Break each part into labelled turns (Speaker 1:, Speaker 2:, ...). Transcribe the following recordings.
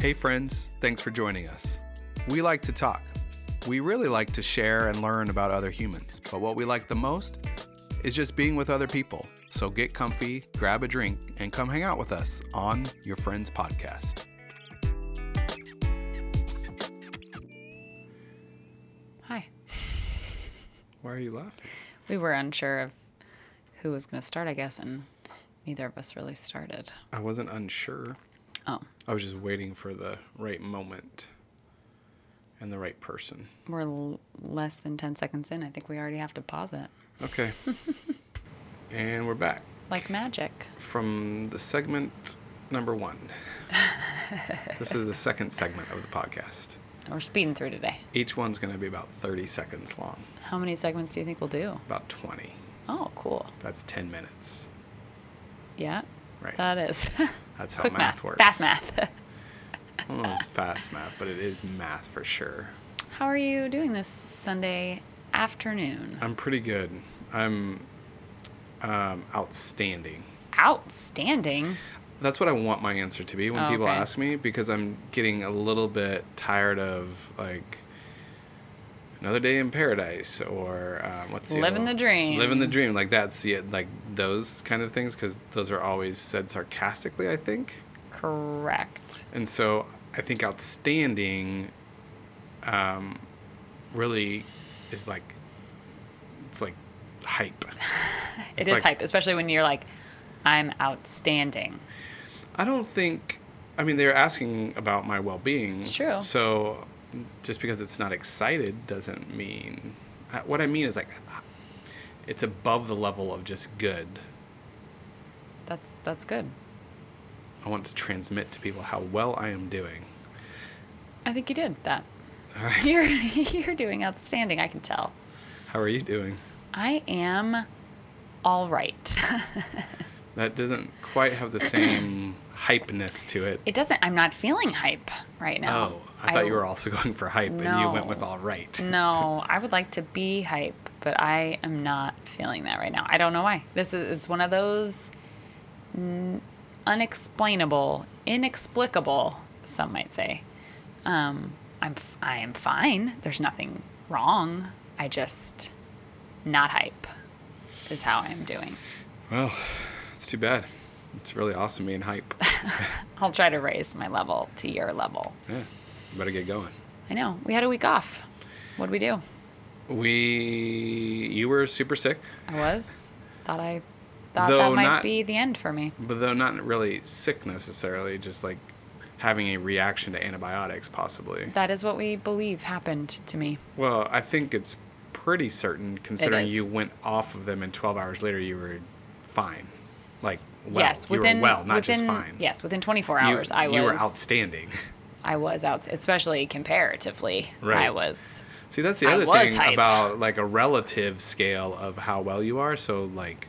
Speaker 1: Hey, friends, thanks for joining us. We like to talk. We really like to share and learn about other humans, but what we like the most is just being with other people. So get comfy, grab a drink, and come hang out with us on Your Friends Podcast.
Speaker 2: Hi.
Speaker 1: Why are you laughing?
Speaker 2: We were unsure of who was going to start, I guess, and neither of us really started.
Speaker 1: I wasn't unsure.
Speaker 2: Oh,
Speaker 1: I was just waiting for the right moment and the right person.
Speaker 2: we're l- less than 10 seconds in. I think we already have to pause it.
Speaker 1: Okay. and we're back
Speaker 2: Like magic.
Speaker 1: from the segment number one. this is the second segment of the podcast.
Speaker 2: We're speeding through today.
Speaker 1: Each one's going to be about 30 seconds long,
Speaker 2: How many segments do you think we'll do?
Speaker 1: about 20.
Speaker 2: Oh, cool.
Speaker 1: That's 10 minutes.
Speaker 2: Yeah.
Speaker 1: Right.
Speaker 2: That is.
Speaker 1: That's how
Speaker 2: Quick
Speaker 1: math,
Speaker 2: math.
Speaker 1: works.
Speaker 2: Fast math.
Speaker 1: I don't know if it's fast math, but it is math for sure.
Speaker 2: How are you doing this Sunday afternoon?
Speaker 1: I'm pretty good. I'm um, outstanding.
Speaker 2: Outstanding.
Speaker 1: That's what I want my answer to be when
Speaker 2: Oh,
Speaker 1: people
Speaker 2: okay.
Speaker 1: ask me because I'm getting a little bit tired of like another day in paradise or um, what's the other
Speaker 2: Living the
Speaker 1: one?
Speaker 2: dream.
Speaker 1: living the dream like that's the like those kind of things because those are always said sarcastically I think
Speaker 2: Correct.
Speaker 1: and so I think outstanding um, really is like it's like hype.
Speaker 2: It's
Speaker 1: like-
Speaker 2: hype, especially when you're like, I'm outstanding.
Speaker 1: I don't think. I mean, they're asking about my well-being.
Speaker 2: It's true.
Speaker 1: So, just because it's not excited doesn't mean. I- What I mean is like, it's above the level of just good.
Speaker 2: That's that's good.
Speaker 1: I want to transmit to people how well I am doing.
Speaker 2: I think you did that.
Speaker 1: All right.
Speaker 2: You're you're doing outstanding, I can tell.
Speaker 1: How are you doing?
Speaker 2: I am all right.
Speaker 1: That doesn't quite have the same hypeness to it.
Speaker 2: It doesn't I'm not feeling hype right now.
Speaker 1: Oh, I thought you were also going for hype, and you went
Speaker 2: No. Mm.
Speaker 1: with all right.
Speaker 2: No, I would like to be hype, but I am not feeling that right now. I don't know why. This is it's one of those n- unexplainable, inexplicable, some might say. Um, I'm f- I am fine. There's nothing wrong. I just not hype is how I'm doing.
Speaker 1: Well, it's too bad. It's really awesome being hype.
Speaker 2: I'll try to raise my level to your level.
Speaker 1: Yeah, you better get going.
Speaker 2: I know. We had a week off. What'd we do?
Speaker 1: We, you were super sick,
Speaker 2: I was thought I thought
Speaker 1: Though
Speaker 2: that might
Speaker 1: not-
Speaker 2: be the end for me.
Speaker 1: but though not really sick necessarily, just like having a reaction to antibiotics, possibly.
Speaker 2: That is what we believe happened to me.
Speaker 1: Well, I think it's pretty certain considering
Speaker 2: is.
Speaker 1: you went off of them and 12 hours later you were fine. Like, well,
Speaker 2: yes,
Speaker 1: you
Speaker 2: within
Speaker 1: were well, not
Speaker 2: within,
Speaker 1: just fine.
Speaker 2: Yes, within 24
Speaker 1: You-
Speaker 2: hours, I was
Speaker 1: You were outstanding.
Speaker 2: I was out, especially comparatively.
Speaker 1: Right.
Speaker 2: I was.
Speaker 1: See, that's the
Speaker 2: I
Speaker 1: other
Speaker 2: was
Speaker 1: thing
Speaker 2: hype.
Speaker 1: about like a relative scale of how well you are. So like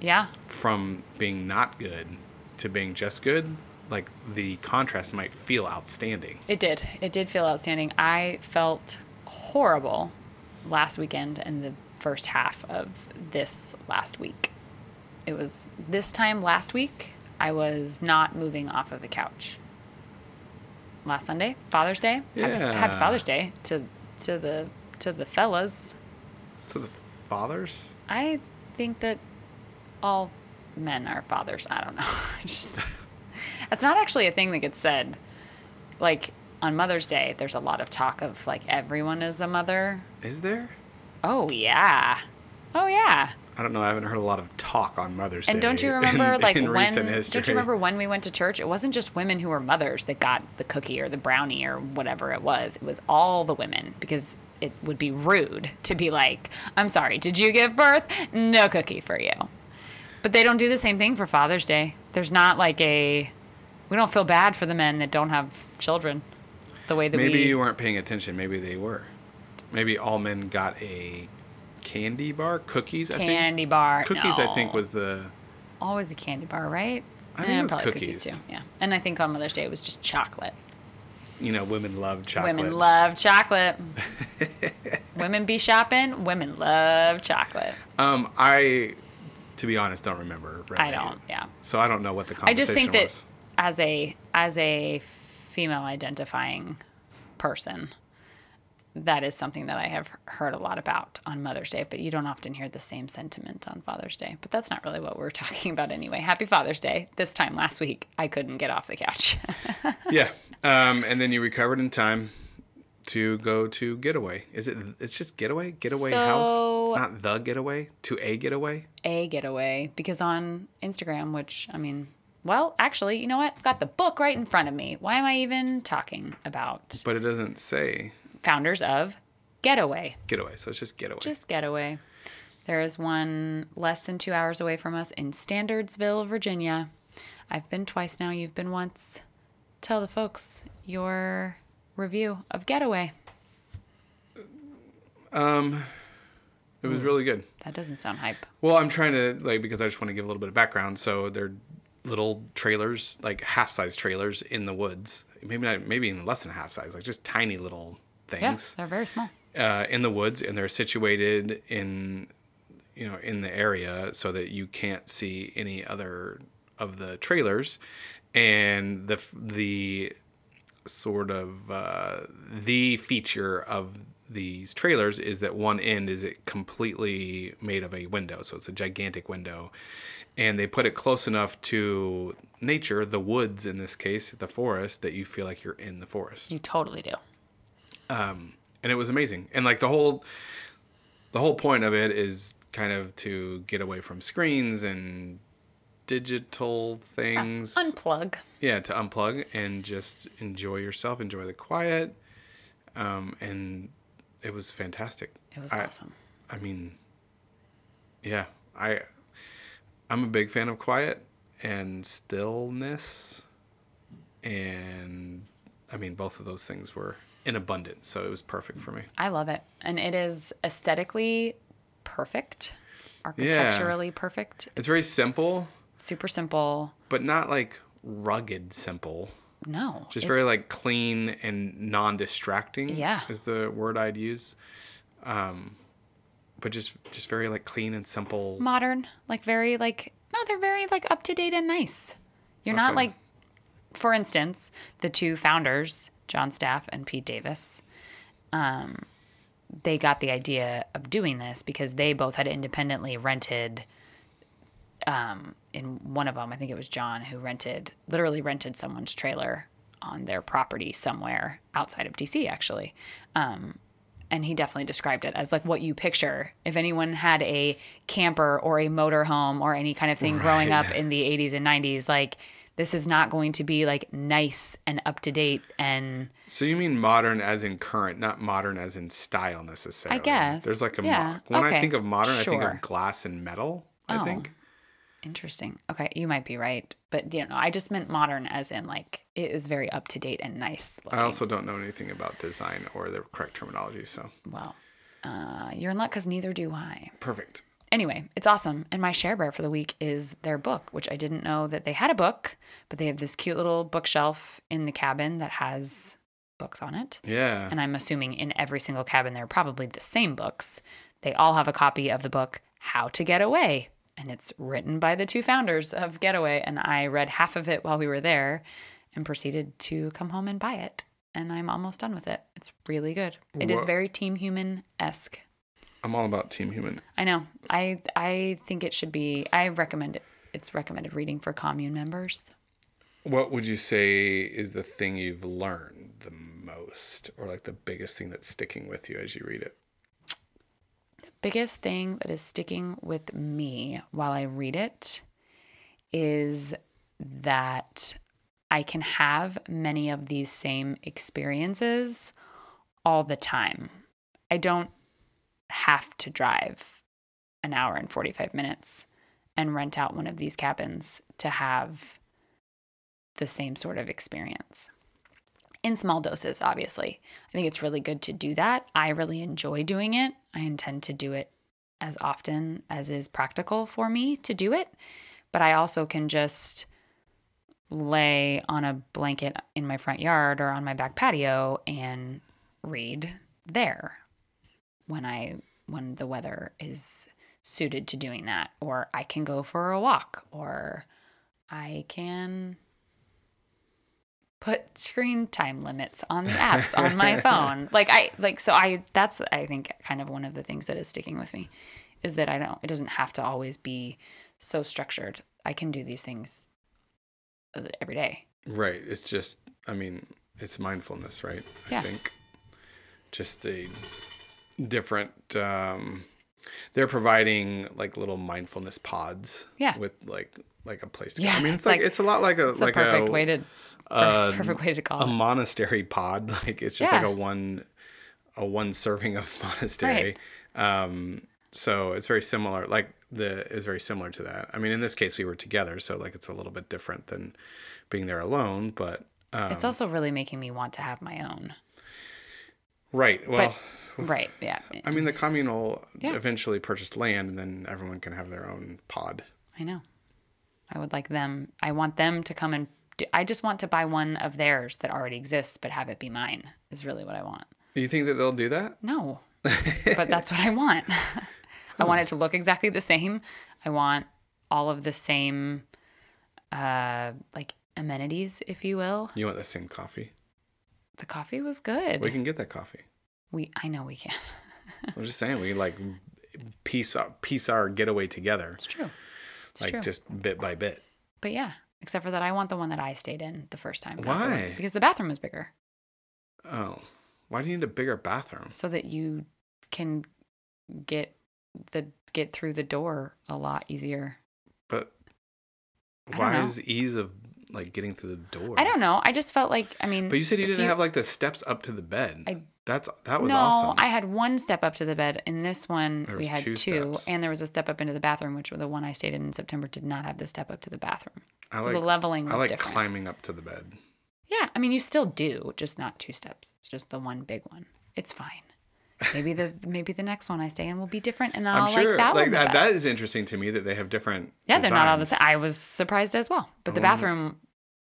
Speaker 2: Yeah,
Speaker 1: from being not good to being just good, like the contrast might feel outstanding.
Speaker 2: it did. It did feel outstanding. I felt horrible last weekend and the first half of this last week. It was this time last week. I was not moving off of the couch. Last Sunday, Father's Day. Happy, happy
Speaker 1: Yeah.
Speaker 2: Father's Day to to the to the fellas.
Speaker 1: So the fathers,
Speaker 2: I think that all men are fathers. I don't know. It's just that's not actually a thing that gets said. Like on Mother's Day, there's a lot of talk of like everyone is a mother.
Speaker 1: is there?
Speaker 2: Oh yeah. Oh yeah.
Speaker 1: I don't know. I haven't heard a lot of talk on Mother's Day.
Speaker 2: And don't you
Speaker 1: in-
Speaker 2: remember like
Speaker 1: in
Speaker 2: when
Speaker 1: recent
Speaker 2: don't
Speaker 1: history.
Speaker 2: you remember when we went to church? It wasn't just women who were mothers that got the cookie or the brownie or whatever it was. It was all the women because it would be rude to be like, "I'm sorry, did you give birth? No cookie for you." But they don't do the same thing for Father's Day. There's not like a we don't feel bad for the men that don't have children the way that
Speaker 1: Maybe
Speaker 2: we
Speaker 1: you weren't paying attention. Maybe they were. Maybe all men got a candy bar, cookies.
Speaker 2: candy
Speaker 1: I
Speaker 2: bar.
Speaker 1: think. Cookies. I think
Speaker 2: No.
Speaker 1: was the.
Speaker 2: always a candy bar, right?
Speaker 1: I think it was
Speaker 2: probably
Speaker 1: cookies.
Speaker 2: too. Yeah. And I think on Mother's Day it was just chocolate.
Speaker 1: You know, women love chocolate.
Speaker 2: Women love chocolate. women be shopping. Women love chocolate.
Speaker 1: Um, I, to be honest, don't remember. Really.
Speaker 2: I don't. Yeah.
Speaker 1: So I don't know what the
Speaker 2: I
Speaker 1: conversation
Speaker 2: just think that
Speaker 1: was.
Speaker 2: as a as a female identifying person. That is something that I have heard a lot about on Mother's Day, but you don't often hear the same sentiment on Father's Day. But that's not really what we're talking about anyway. Happy Father's Day. This time last week, I couldn't get off the couch.
Speaker 1: yeah. Um, and then you recovered in time to go to getaway. Is it? It's just getaway, getaway
Speaker 2: So-
Speaker 1: house, not the getaway. To a getaway.
Speaker 2: a getaway because on Instagram, which I mean, well, actually, you know what? I've got the book right in front of me. Why am I even talking about
Speaker 1: But it doesn't say
Speaker 2: founders of Getaway?
Speaker 1: getaway, so it's just getaway.
Speaker 2: Just Getaway. There is one less than two hours away from us in Standardsville, Virginia. I've been twice now. You've been once. Tell the folks your review of Getaway.
Speaker 1: it was really good.
Speaker 2: That doesn't sound hype.
Speaker 1: Well, I'm trying to like because I just want to give a little bit of background. So they're little trailers, like half size trailers in the woods. Maybe not, maybe even less than half size, like just tiny little
Speaker 2: Yes,
Speaker 1: things
Speaker 2: they're very small.
Speaker 1: uh, in the woods, and they're situated in you know in the area so that you can't see any other of the trailers, and the f- the sort of uh, the feature of these trailers is that one end is it completely made of a window so it's a gigantic window and they put it close enough to nature the woods in this case the forest that you feel like you're in the forest
Speaker 2: You totally do.
Speaker 1: and it was amazing and like the whole the whole point of it is kind of to get away from screens and digital things
Speaker 2: Unplug.
Speaker 1: yeah to unplug and just enjoy yourself enjoy the quiet um, and it was fantastic
Speaker 2: It was
Speaker 1: I-
Speaker 2: awesome.
Speaker 1: i mean yeah i i'm a big fan of quiet and stillness and i mean both of those things were in abundance so it was perfect for me
Speaker 2: I love it. And it is aesthetically perfect, architecturally perfect.
Speaker 1: it's very simple
Speaker 2: super simple.
Speaker 1: but not like rugged simple
Speaker 2: No.
Speaker 1: just
Speaker 2: it's-
Speaker 1: very like clean and non-distracting
Speaker 2: Yeah.
Speaker 1: is the word i'd use um but just just very like clean and simple
Speaker 2: modern, like very like no, they're very like up to date and nice. You're not
Speaker 1: Okay.
Speaker 2: like for instance, the two founders, John Staff and Pete Davis, um, they got the idea of doing this because they both had independently rented um, in one of them, I think it was John who rented, literally rented someone's trailer on their property somewhere outside of DC, actually. Um, and he definitely described it as like what you picture. If anyone had a camper or a motorhome or any kind of thing growing
Speaker 1: Right.
Speaker 2: up in the 80s and 90s, like this is not going to be like nice and up to date and
Speaker 1: so you mean modern as in current not modern as in style necessarily
Speaker 2: guess,
Speaker 1: there's like a mo-
Speaker 2: yeah,
Speaker 1: when i
Speaker 2: okay,
Speaker 1: think of modern i think
Speaker 2: sure.
Speaker 1: of glass and metal i
Speaker 2: Oh.
Speaker 1: think
Speaker 2: Interesting. Okay, you might be right, but you know, I just meant modern as in like it is very up to date and nice.
Speaker 1: i
Speaker 2: Looking.
Speaker 1: also don't know anything about design or the correct terminology so
Speaker 2: well, uh, you're in luck because neither do I.
Speaker 1: perfect
Speaker 2: Anyway, it's awesome. And my share bear for the week is their book, which I didn't know that they had a book, but they have this cute little bookshelf in the cabin that has books on it.
Speaker 1: yeah
Speaker 2: And I'm assuming in every single cabin, they're probably the same books. They all have a copy of the book, How to Get Away. And it's written by the two founders of Getaway. And I read half of it while we were there and proceeded to come home and buy it. And I'm almost done with it. It's really good. It is
Speaker 1: Wha-
Speaker 2: very Team Human esque.
Speaker 1: i'm all about team human
Speaker 2: I know. I I think it should be. I recommend it. It's recommended reading for commune members.
Speaker 1: what would you say is the thing you've learned the most or like the biggest thing that's sticking with you as you read it
Speaker 2: biggest thing that is sticking with me while I read it is that I can have many of these same experiences all the time. I don't have to drive an hour and 45 minutes and rent out one of these cabins to have the same sort of experience in small doses, obviously. I think it's really good to do that. I really enjoy doing it. I intend to do it as often as is practical for me to do it. But I also can just lay on a blanket in my front yard or on my back patio and read there when I when the weather is suited to doing that or I can go for a walk or I can put screen time limits on the apps on my phone. Like I like so I that's I think kind of one of the things that is sticking with me is that I don't it doesn't have to always be so structured. I can do these things uh, every day.
Speaker 1: Right. It's just, I mean, it's mindfulness, right? I
Speaker 2: Yeah.
Speaker 1: think just a different. Um, they're providing like little mindfulness pods.
Speaker 2: Yeah.
Speaker 1: With like like a place to. go.
Speaker 2: Yeah,
Speaker 1: I mean, it's,
Speaker 2: it's
Speaker 1: like,
Speaker 2: like-
Speaker 1: it's a lot like a
Speaker 2: It's
Speaker 1: like
Speaker 2: the perfect
Speaker 1: a
Speaker 2: way to
Speaker 1: uh,
Speaker 2: perfect way to call
Speaker 1: a
Speaker 2: it.
Speaker 1: monastery pod. Like it's just like
Speaker 2: Yeah.
Speaker 1: a one a one serving of monastery. Um, so it's very similar. Like the is very similar to that. I mean, in this case, we were together, so like it's a little bit different than being there alone. But um,
Speaker 2: It's also really making me want to have my own.
Speaker 1: right, well.
Speaker 2: Right. Yeah.
Speaker 1: I mean, the communal
Speaker 2: Yeah.
Speaker 1: eventually purchased land, and then everyone can have their own pod.
Speaker 2: I know. I would like them. I want them to come and. Do, I just want to buy one of theirs that already exists, but have it be mine. Is really what I want.
Speaker 1: Do you think that they'll do that?
Speaker 2: No, but that's what I want. I want it to look exactly the same. I want all of the same, uh, like amenities, if you will.
Speaker 1: Hmm. You want the same coffee?
Speaker 2: The coffee was good.
Speaker 1: We
Speaker 2: We,
Speaker 1: can get that coffee.
Speaker 2: I know we can.
Speaker 1: I'm just saying, we like piece our, piece our getaway together,
Speaker 2: It's true. It's
Speaker 1: like
Speaker 2: true.
Speaker 1: just bit by bit.
Speaker 2: But yeah, except for that, I want the one that I stayed in the first time. not the one-
Speaker 1: Why?
Speaker 2: Because the bathroom was bigger.
Speaker 1: Oh, why do you need a bigger bathroom?
Speaker 2: so that you can get the get through the door a lot easier.
Speaker 1: But
Speaker 2: I don't
Speaker 1: why
Speaker 2: know.
Speaker 1: is ease of like getting through the door?
Speaker 2: I don't know. I just felt like I mean,
Speaker 1: But you said you
Speaker 2: if
Speaker 1: didn't have like the steps up to the bed.
Speaker 2: I-
Speaker 1: That's that was
Speaker 2: no,
Speaker 1: awesome.
Speaker 2: I had one step up to the bed. In this one,
Speaker 1: There
Speaker 2: we
Speaker 1: was
Speaker 2: had
Speaker 1: two
Speaker 2: two,
Speaker 1: steps.
Speaker 2: and there was a step up into the bathroom, which the one I stayed in in September did not have the step up to the bathroom.
Speaker 1: I
Speaker 2: so
Speaker 1: like
Speaker 2: the leveling was
Speaker 1: I like
Speaker 2: different.
Speaker 1: climbing up to the bed.
Speaker 2: yeah, I mean, you still do, just not two steps. It's just the one big one. It's fine. Maybe the maybe the next one I stay in will be different, and I'll
Speaker 1: I'm sure
Speaker 2: like that one. the
Speaker 1: that, that
Speaker 2: best.
Speaker 1: is interesting to me that they have different.
Speaker 2: Yeah, they're not all the
Speaker 1: designs. Oh,
Speaker 2: same. I was surprised as well. But the
Speaker 1: I wonder-
Speaker 2: bathroom,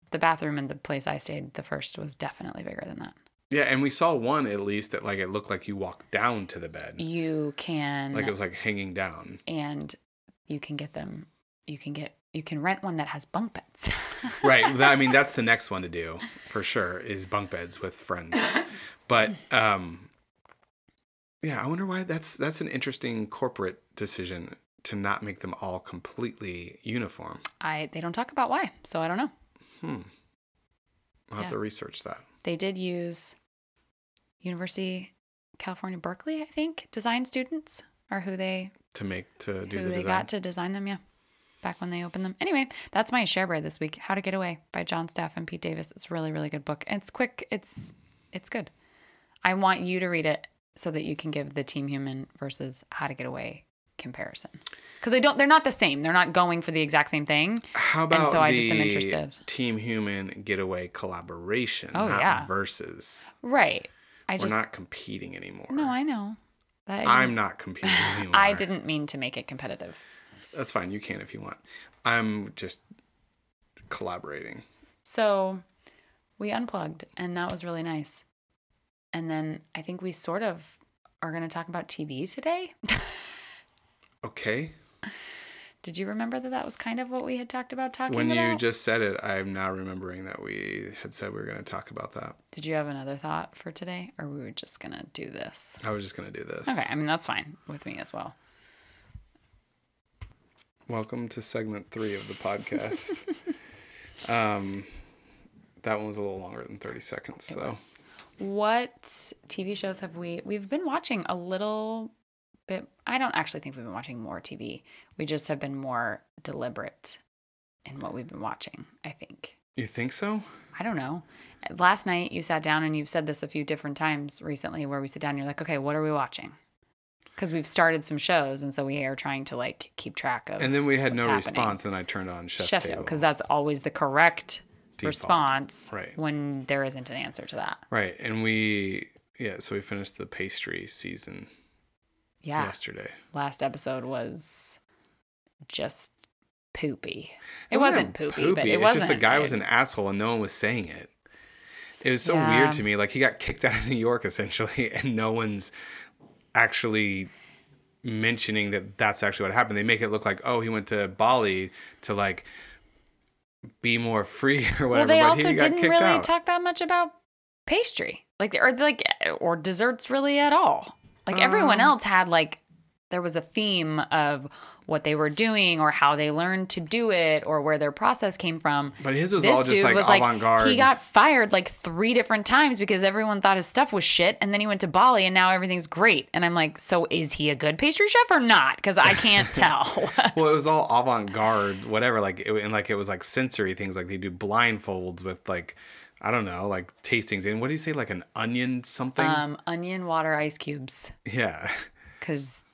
Speaker 2: the bathroom in the place I stayed, the first was definitely bigger than that.
Speaker 1: Yeah, and we saw one at least that like it looked like you walked down to the bed,
Speaker 2: You can
Speaker 1: like it was like hanging down.
Speaker 2: and you can get them. You can get you can rent one that has bunk beds.
Speaker 1: right. That, I mean, that's the next one to do for sure is bunk beds with friends. But um, yeah, I wonder why that's that's an interesting corporate decision to not make them all completely uniform.
Speaker 2: I they don't talk about why, so I don't know.
Speaker 1: Hmm. I'll have to research that.
Speaker 2: They did use University California Berkeley, I think, design students are who they
Speaker 1: to make to do
Speaker 2: who
Speaker 1: the
Speaker 2: they
Speaker 1: design.
Speaker 2: got to design them. Yeah, back when they opened them. Anyway, that's my sharebird this week. How to Get Away by John Staff and Pete Davis. It's a really really good book. And It's quick. It's it's good. I want you to read it so that you can give the Team Human versus How to Get Away comparison because they don't. They're not the same. They're not going for the exact same thing.
Speaker 1: How about
Speaker 2: so
Speaker 1: the
Speaker 2: I just am interested.
Speaker 1: Team Human getaway collaboration,
Speaker 2: Oh,
Speaker 1: not
Speaker 2: yeah.
Speaker 1: versus.
Speaker 2: Right. I
Speaker 1: We're
Speaker 2: just
Speaker 1: not competing anymore.
Speaker 2: no. I know. That
Speaker 1: I'm not competing anymore.
Speaker 2: I didn't mean to make it competitive.
Speaker 1: That's fine. You can if you want. I'm just collaborating.
Speaker 2: So we unplugged, and that was really nice. And then I think we sort of are going to talk about TV today.
Speaker 1: Okay.
Speaker 2: Did you remember that that was kind of what we had talked about talking
Speaker 1: when
Speaker 2: about?
Speaker 1: you just said it, I'm now remembering that we had said we were going to talk about that.
Speaker 2: Did you have another thought for today, or we were just going to do this?
Speaker 1: I was just going to do this.
Speaker 2: Okay, I mean, that's fine with me as well.
Speaker 1: Welcome to segment three of the podcast. um, that one was a little longer than 30 seconds,
Speaker 2: It
Speaker 1: though.
Speaker 2: was. What TV shows have we we've been watching a little bit I don't actually think we've been watching more TV. We just have been more deliberate in what we've been watching, I think.
Speaker 1: You think so?
Speaker 2: I don't know. Last night you sat down and you've said this a few different times recently where we sit down and you're like, okay, what are we watching? Because we've started some shows and so we are trying to like keep track of.
Speaker 1: And then we had no
Speaker 2: what's happening.
Speaker 1: response, and I turned on Chef's,
Speaker 2: Chef's
Speaker 1: Table.
Speaker 2: because that's always the correct
Speaker 1: Default.
Speaker 2: response
Speaker 1: Right.
Speaker 2: when there isn't an answer to that.
Speaker 1: right, and we yeah, so we finished the pastry season
Speaker 2: Yeah.
Speaker 1: yesterday.
Speaker 2: Last episode was just poopy. It,
Speaker 1: wasn't
Speaker 2: wasn't, poopy, but it
Speaker 1: it's
Speaker 2: wasn't.
Speaker 1: just the guy was
Speaker 2: it-
Speaker 1: an asshole, and no one was saying it. It was so
Speaker 2: Yeah.
Speaker 1: weird to me. Like he got kicked out of New York essentially, and no one's actually mentioning that that's actually what happened. They make it look like oh he went to Bali to like be more free or whatever.
Speaker 2: Well, they
Speaker 1: but
Speaker 2: also
Speaker 1: he got
Speaker 2: didn't
Speaker 1: kicked
Speaker 2: really
Speaker 1: out.
Speaker 2: talk that much about pastry, like or like or desserts really at all. Like everyone
Speaker 1: Um,
Speaker 2: else had like there was a theme of what they were doing or how they learned to do it or where their process came from.
Speaker 1: But his was all just like avant garde.
Speaker 2: he got fired like three different times because everyone thought his stuff was shit, and then he went to Bali, and now everything's great. And I'm like, so is he a good pastry chef or not? Because I can't tell.
Speaker 1: well, it was all avant garde, whatever. Like, it, and like it was like sensory things. Like they do blindfolds with like, I don't know, like tastings. And what do you say, like an onion something?
Speaker 2: um, onion water ice cubes.
Speaker 1: yeah,
Speaker 2: because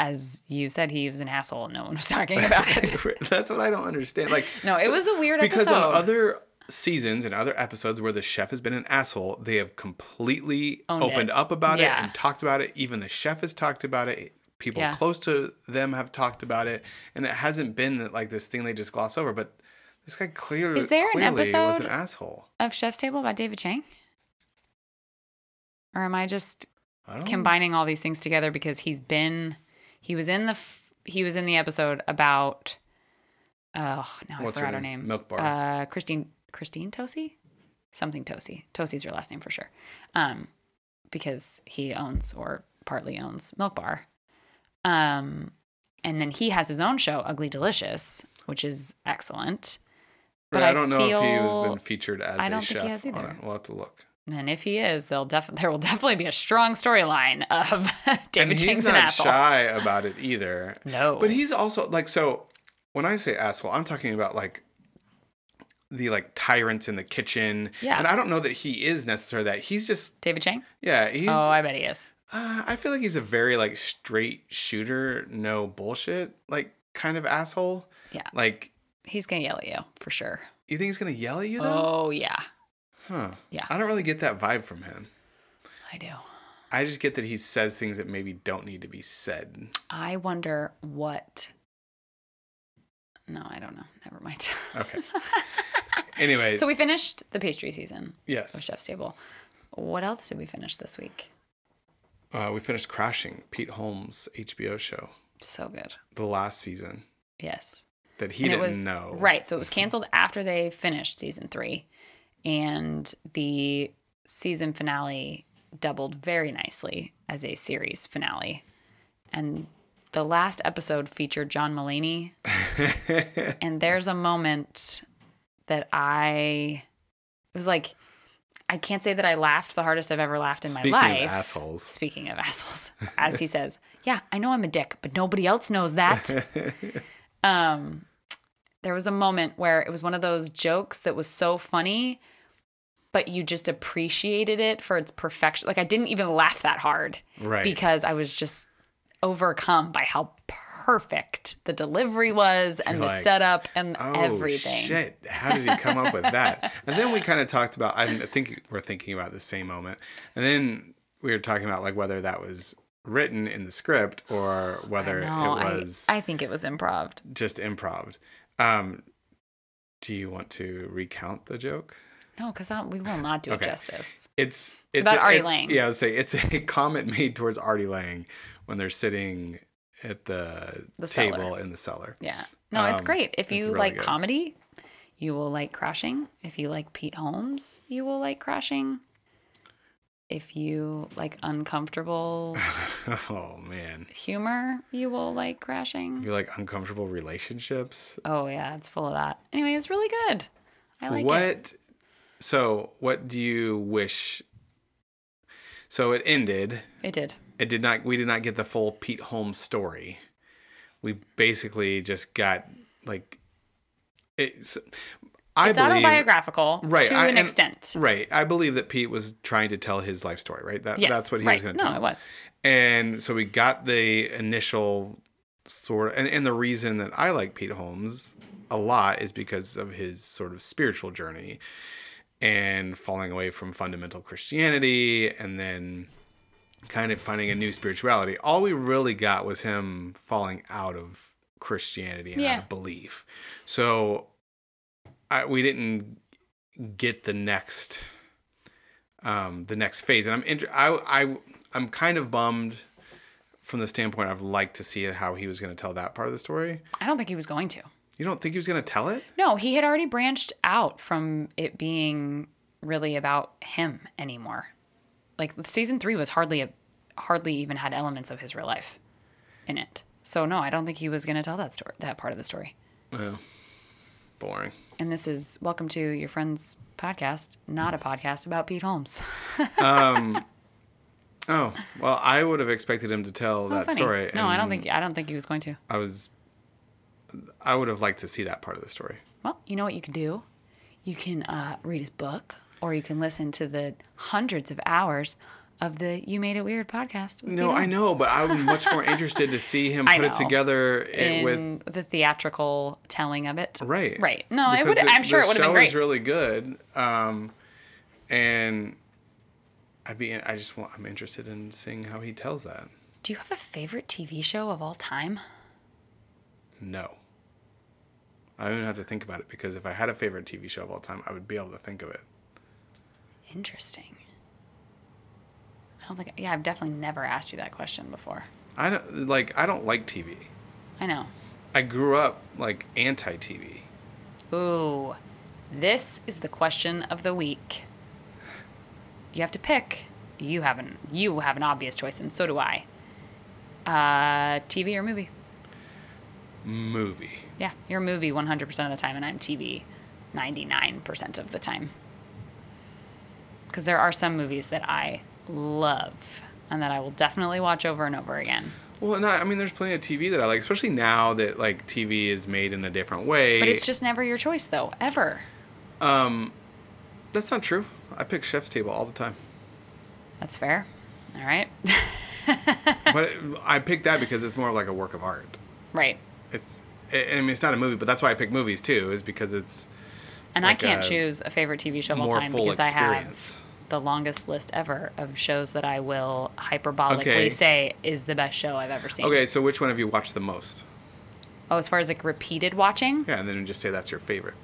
Speaker 2: as you said, he was an asshole. and No one was talking about it.
Speaker 1: that's what I don't understand. Like,
Speaker 2: No, it
Speaker 1: so-
Speaker 2: was a weird
Speaker 1: because
Speaker 2: episode.
Speaker 1: on other seasons and other episodes where the chef has been an asshole, they have completely
Speaker 2: Owned
Speaker 1: opened
Speaker 2: it.
Speaker 1: up about
Speaker 2: Yeah.
Speaker 1: it and talked about it. Even the chef has talked about it. People
Speaker 2: Yeah.
Speaker 1: close to them have talked about it, and it hasn't been that, like this thing they just gloss over. But this guy clearly,
Speaker 2: Is there an
Speaker 1: clearly was
Speaker 2: episode-
Speaker 1: an asshole.
Speaker 2: of Chef's Table by David Chang, or am I just
Speaker 1: I don't
Speaker 2: combining all these things together because he's been he was in the f- he was in the episode about oh now
Speaker 1: What's
Speaker 2: I
Speaker 1: her
Speaker 2: forgot her
Speaker 1: name?
Speaker 2: name,
Speaker 1: Milk Bar.
Speaker 2: uh Christine Christine Tosi something Tosi Tosi's her last name for sure um because he owns or partly owns Milk Bar um and then he has his own show Ugly Delicious which is excellent
Speaker 1: But
Speaker 2: but
Speaker 1: I
Speaker 2: I
Speaker 1: don't know if he has
Speaker 2: feel-
Speaker 1: been featured as
Speaker 2: I don't
Speaker 1: a
Speaker 2: think he
Speaker 1: chef.
Speaker 2: has
Speaker 1: on
Speaker 2: either.
Speaker 1: it. We'll have to look.
Speaker 2: and if he is they'll def- there will definitely be a strong storyline of David
Speaker 1: and
Speaker 2: Chang's
Speaker 1: he's
Speaker 2: an
Speaker 1: not
Speaker 2: asshole
Speaker 1: shy about it either.
Speaker 2: no
Speaker 1: But he's also like so. When I say asshole, I'm talking about like the like tyrants in the kitchen.
Speaker 2: Yeah.
Speaker 1: And I don't know that he is necessarily that. He's just
Speaker 2: David Chang?
Speaker 1: yeah. He's.
Speaker 2: oh, I bet he is.
Speaker 1: Uh, I feel like he's a very like straight shooter, no bullshit, like kind of asshole.
Speaker 2: Yeah.
Speaker 1: Like
Speaker 2: He's gonna yell at you for sure.
Speaker 1: you think he's gonna yell at you though?
Speaker 2: Oh yeah,
Speaker 1: Huh.
Speaker 2: yeah.
Speaker 1: I don't really get that vibe from him.
Speaker 2: I do.
Speaker 1: I just get that he says things that maybe don't need to be said.
Speaker 2: I wonder what. No, I don't know. Never mind.
Speaker 1: Okay. Anyway,
Speaker 2: so Oh, we finished the pastry season of
Speaker 1: yes,
Speaker 2: Chef's Table. What else did we finish this week?
Speaker 1: uh, we finished crashing Pete Holmes' HBO show,
Speaker 2: So good.
Speaker 1: the last season
Speaker 2: Yes.
Speaker 1: that he
Speaker 2: and
Speaker 1: didn't
Speaker 2: it was
Speaker 1: know.
Speaker 2: right. So it was canceled after they finished season three, and the season finale doubled very nicely as a series finale, and the last episode featured John Mulaney, and there's a moment that I it was like I can't say that I laughed the hardest I've ever laughed in
Speaker 1: Speaking
Speaker 2: my
Speaker 1: of
Speaker 2: life.
Speaker 1: assholes,
Speaker 2: Speaking of assholes, as he says, yeah, I know I'm a dick, but nobody else knows that. um, there was a moment where it was one of those jokes that was so funny, but you just appreciated it for its perfection. Like I didn't even laugh that hard
Speaker 1: right?
Speaker 2: because I was just overcome by how perfect the delivery was and
Speaker 1: You're
Speaker 2: the
Speaker 1: like,
Speaker 2: setup and
Speaker 1: Oh,
Speaker 2: everything.
Speaker 1: Shit, how did he come up with that? And then we kind of talked about. I think we're thinking about the same moment, and then we were talking about like whether that was written in the script or whether
Speaker 2: No,
Speaker 1: it was.
Speaker 2: I, I think it was improv.
Speaker 1: just improv. Um, do you want to recount the joke?
Speaker 2: No, because we will not do
Speaker 1: Okay.
Speaker 2: it justice.
Speaker 1: It's
Speaker 2: It's about Artie
Speaker 1: it's-
Speaker 2: Lang.
Speaker 1: Yeah, I would say it's a comment made towards Artie Lang when they're sitting at the,
Speaker 2: The
Speaker 1: table
Speaker 2: cellar.
Speaker 1: in the cellar.
Speaker 2: Yeah. No, it's
Speaker 1: Um,
Speaker 2: great. If
Speaker 1: it's
Speaker 2: you
Speaker 1: really
Speaker 2: like
Speaker 1: good.
Speaker 2: comedy, you will like Crashing. If you like Pete Holmes, you will like Crashing. If you like uncomfortable
Speaker 1: oh man,
Speaker 2: humor, you will like
Speaker 1: if
Speaker 2: Crashing.
Speaker 1: you like uncomfortable relationships,
Speaker 2: Oh yeah, it's full of that. Anyway, it's really good. I like
Speaker 1: what?
Speaker 2: it.
Speaker 1: So, what do you wish? So it ended.
Speaker 2: It did.
Speaker 1: it did not we did not get the full Pete Holmes story. We basically just got like it's I
Speaker 2: It's
Speaker 1: believe
Speaker 2: autobiographical
Speaker 1: Right,
Speaker 2: to
Speaker 1: I- and-
Speaker 2: an extent.
Speaker 1: right. I believe that Pete was trying to tell his life story, right? That
Speaker 2: Yes,
Speaker 1: that's what he
Speaker 2: right.
Speaker 1: was going to
Speaker 2: No,
Speaker 1: tell.
Speaker 2: it was.
Speaker 1: And so we got the initial sort and, and the reason that I like Pete Holmes a lot is because of his sort of spiritual journey and falling away from fundamental Christianity and then kind of finding a new spirituality. All we really got was him falling out of Christianity and out
Speaker 2: Yeah.
Speaker 1: of belief. So I, we didn't get the next um the next phase and i'm inter- I, I i'm kind of bummed from the standpoint i've liked to see how he was going to tell that part of the story
Speaker 2: I don't think he was going to.
Speaker 1: You don't think he was going to tell it?
Speaker 2: No, he had already branched out from it being really about him anymore. Like season three was hardly a, hardly even had elements of his real life in it. So no, I don't think he was going to tell that story, that part of the story.
Speaker 1: Well, boring.
Speaker 2: And this is welcome to your friend's podcast, not a podcast about Pete Holmes.
Speaker 1: Oh, well, I would have expected him to tell that
Speaker 2: Oh, Funny.
Speaker 1: story.
Speaker 2: No, I don't
Speaker 1: and
Speaker 2: think I don't think he was going to.
Speaker 1: I was. I would have liked to see that part of the story.
Speaker 2: Well, you know what you can do? You can uh, read his book, or you can listen to the hundreds of hours of the "You Made It Weird" podcast. with
Speaker 1: No,
Speaker 2: Pete
Speaker 1: I
Speaker 2: Holmes.
Speaker 1: know, but I'm much more interested to see him
Speaker 2: I
Speaker 1: put it
Speaker 2: know.
Speaker 1: together it,
Speaker 2: in
Speaker 1: with
Speaker 2: the theatrical telling of it.
Speaker 1: right,
Speaker 2: Right. No, it
Speaker 1: Because
Speaker 2: would. I'm sure
Speaker 1: the
Speaker 2: it would have been
Speaker 1: show
Speaker 2: great.
Speaker 1: is really good, um, and I'd be. I just want. I'm interested in seeing how he tells that.
Speaker 2: Do you have a favorite TV show of all time?
Speaker 1: No. I don't even have to think about it because if I had a favorite TV show of all time, I would be able to think of it.
Speaker 2: Interesting. I don't think. Yeah, I've definitely never asked you that question before.
Speaker 1: I don't like. I don't like TV.
Speaker 2: I know.
Speaker 1: I grew up like anti TV.
Speaker 2: Ooh, this is the question of the week. You have to pick. You have an you have an obvious choice, and so do I. Uh, TV or movie?
Speaker 1: movie.
Speaker 2: Yeah, you're movie 100% of the time, and I'm TV 99% of the time. Because there are some movies that I love and that I will definitely watch over and over again.
Speaker 1: Well, and I, I mean, there's plenty of TV that I like, especially now that like TV is made in a different way.
Speaker 2: But it's just never your choice, though, ever.
Speaker 1: that's not true. I pick Chef's Table all the time,
Speaker 2: That's fair. All right.
Speaker 1: but I pick that because it's more of like a work of art.
Speaker 2: right.
Speaker 1: It's, I I mean, it's not a movie, but that's why I pick movies too, is because it's
Speaker 2: And
Speaker 1: Like
Speaker 2: I can't
Speaker 1: a
Speaker 2: choose a favorite TV show of all
Speaker 1: more
Speaker 2: time
Speaker 1: full
Speaker 2: because I have
Speaker 1: experience.
Speaker 2: the longest list ever of shows that I will hyperbolically
Speaker 1: Okay.
Speaker 2: say is the best show I've ever seen.
Speaker 1: Okay, so which one have you watched the most?
Speaker 2: Oh, as far as like repeated watching?
Speaker 1: Yeah, and then just say that's your favorite.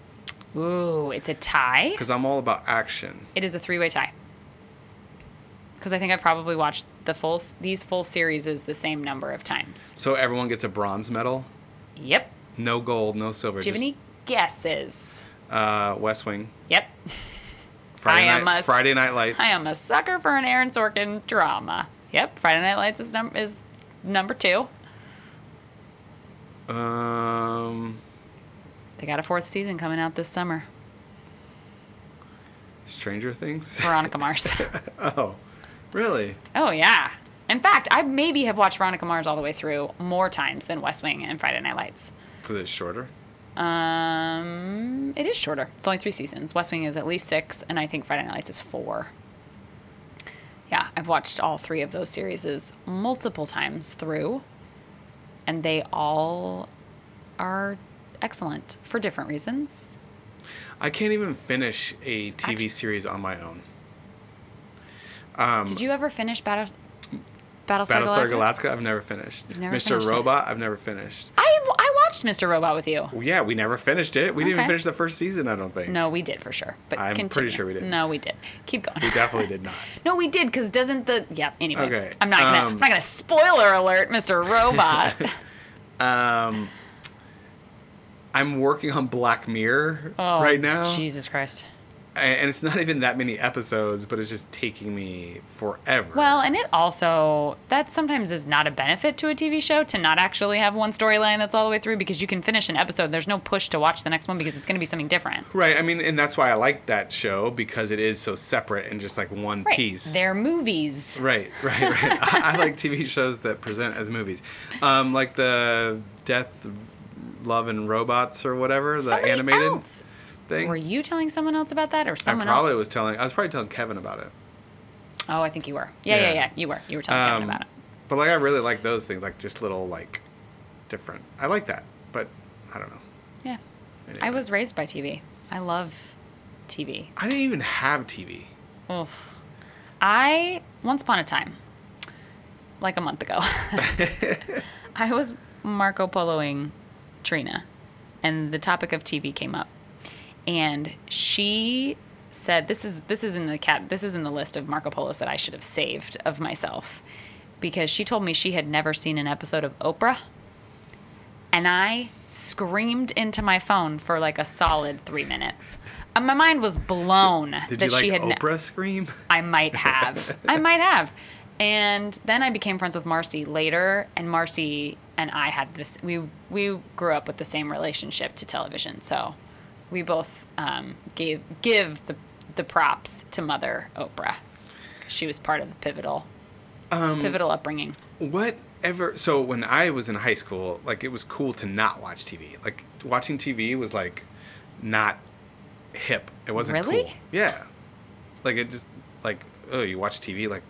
Speaker 2: Ooh, it's a tie.
Speaker 1: Because I'm all about action.
Speaker 2: It is a three way tie. Because I think I've probably watched the full these full series is the same number of times.
Speaker 1: So everyone gets a bronze medal.
Speaker 2: Yep.
Speaker 1: No gold, no silver.
Speaker 2: Do you have any guesses?
Speaker 1: Uh, West Wing.
Speaker 2: Yep.
Speaker 1: Friday
Speaker 2: I am
Speaker 1: night.
Speaker 2: a-
Speaker 1: Friday Night Lights.
Speaker 2: I am a sucker for an Aaron Sorkin drama. Yep. Friday Night Lights is num- is number two.
Speaker 1: Um,
Speaker 2: They got a fourth season coming out this summer.
Speaker 1: Stranger Things.
Speaker 2: Veronica Mars.
Speaker 1: Oh, really?
Speaker 2: oh yeah. In fact, I maybe have watched Veronica Mars all the way through more times than West Wing and Friday Night Lights.
Speaker 1: Because it's shorter.
Speaker 2: Um, it is shorter. It's only three seasons. West Wing is at least six, and I think Friday Night Lights is four. Yeah, I've watched all three of those series multiple times through, and they all are excellent for different reasons.
Speaker 1: I can't even finish a TV series on my own.
Speaker 2: Did you ever finish Battle Battlestar,
Speaker 1: Um, Battlestar
Speaker 2: Galactica?
Speaker 1: Galactica, I've never finished.
Speaker 2: never
Speaker 1: Mr.
Speaker 2: finished it.
Speaker 1: Robot, I've never finished.
Speaker 2: I I watched Mr. Robot with you.
Speaker 1: Well, yeah, we never finished it. We didn't even
Speaker 2: Okay.
Speaker 1: finish the first season, I don't think.
Speaker 2: No, we did for sure. But
Speaker 1: I'm pretty
Speaker 2: continue.
Speaker 1: sure we didn't.
Speaker 2: No, we did. Keep going.
Speaker 1: We definitely did not.
Speaker 2: No, we did because doesn't the yeah. Anyway,
Speaker 1: Okay,
Speaker 2: I'm not gonna
Speaker 1: um,
Speaker 2: I'm not gonna spoiler alert, Mr. Robot.
Speaker 1: I'm working on Black Mirror right now.
Speaker 2: Oh, Jesus Christ.
Speaker 1: a- And it's not even that many episodes, but it's just taking me forever.
Speaker 2: Well, and it also that sometimes is not a benefit to a TV show to not actually have one storyline that's all the way through because you can finish an episode. There's no push to watch the next one because it's going to be something different.
Speaker 1: Right, I mean, and that's why I like that show because it is so separate and just like one
Speaker 2: Right.
Speaker 1: piece.
Speaker 2: They're movies.
Speaker 1: Right, right, right. I, I like TV shows that present as movies, um, like the Death, Love, and Robots or whatever the
Speaker 2: Somebody
Speaker 1: animated
Speaker 2: else.
Speaker 1: thing.
Speaker 2: Were you telling someone else about that or
Speaker 1: I
Speaker 2: someone
Speaker 1: probably
Speaker 2: else?
Speaker 1: was telling. I was probably telling Kevin about it.
Speaker 2: Oh, I think you were. Yeah, yeah,
Speaker 1: Yeah.
Speaker 2: yeah. You were. You were telling
Speaker 1: Um,
Speaker 2: Kevin about it.
Speaker 1: But like, I really like those things, like just little like different. I like that, but I don't know.
Speaker 2: Yeah. I
Speaker 1: Anyway.
Speaker 2: was raised by TV. I love TV.
Speaker 1: I didn't even have TV.
Speaker 2: Oof. I once upon a time, like a month ago, I was Marco Poloing Trina, and the topic of TV came up, and she said, "This is this is in the cat. This is in the list of Marco Polos that I should have saved of myself." Because she told me she had never seen an episode of Oprah and I screamed into my phone for like a solid three minutes. And my mind was blown
Speaker 1: Did
Speaker 2: that
Speaker 1: you like
Speaker 2: she had. ne-
Speaker 1: Oprah scream?
Speaker 2: I might have. I might have. And then I became friends with Marcy later, and Marcy and I had this. We we grew up with the same relationship to television, so we both um, gave give the the props to Mother Oprah. She was part of the pivotal pivotal upbringing.
Speaker 1: Whatever. So when I was in high school, like it was cool to not watch TV. Like watching TV was like not hip. It wasn't
Speaker 2: Really?
Speaker 1: cool. Yeah. Like it just like oh you watch TV like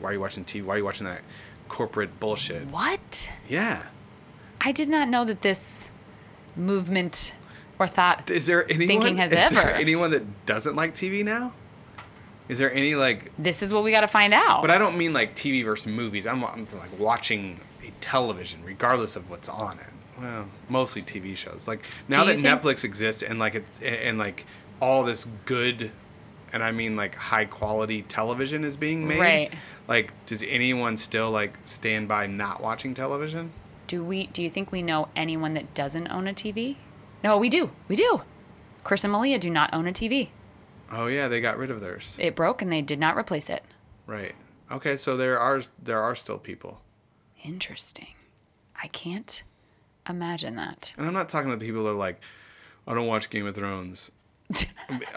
Speaker 1: why are you watching TV? Why are you watching that corporate bullshit?
Speaker 2: What?
Speaker 1: Yeah.
Speaker 2: I did not know that this movement or thought.
Speaker 1: Is there anyone?
Speaker 2: has
Speaker 1: is there
Speaker 2: ever.
Speaker 1: anyone that doesn't like TV now? Is there any like?
Speaker 2: This is what we got to find out.
Speaker 1: But I don't mean like TV versus movies. I'm, I'm like watching a television, regardless of what's on it. Well, mostly TV shows. Like now
Speaker 2: Do
Speaker 1: that
Speaker 2: you
Speaker 1: Netflix exists and like it and like all this good, and I mean like high quality television is being made.
Speaker 2: Right.
Speaker 1: Like, does anyone still like stand by not watching television?
Speaker 2: Do we? Do you think we know anyone that doesn't own a TV? No, we do. We do. Chris and Malia do not own a TV.
Speaker 1: Oh yeah, they got rid of theirs.
Speaker 2: It broke and they did not replace it.
Speaker 1: Right. Okay, so there are there are still people.
Speaker 2: Interesting. I can't imagine that.
Speaker 1: And I'm not talking to the people that are like, I don't watch Game of Thrones.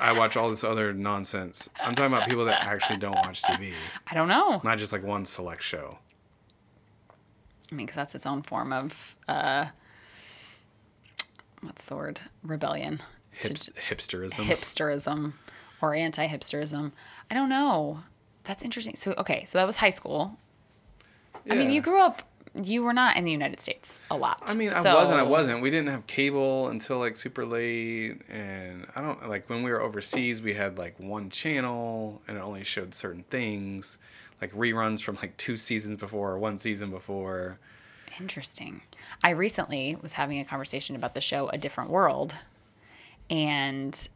Speaker 1: I watch all this other nonsense. I'm talking about people that actually don't watch TV,
Speaker 2: I don't know.
Speaker 1: not just like one select show.
Speaker 2: I mean, because that's its own form of uh, what's the word? Rebellion, To
Speaker 1: Hips- hipsterism.
Speaker 2: hipsterism, or anti-hipsterism. I don't know. That's interesting. So okay, so that was high school. I mean,
Speaker 1: Yeah.
Speaker 2: you grew up. You were not in the United States a lot.
Speaker 1: I mean, I
Speaker 2: so-
Speaker 1: wasn't. I wasn't. We didn't have cable until like super late, and I don't like when we were overseas. We had like one channel, and it only showed certain things, like reruns from like two seasons before or one season before.
Speaker 2: Interesting. I recently was having a conversation about the show A Different World, and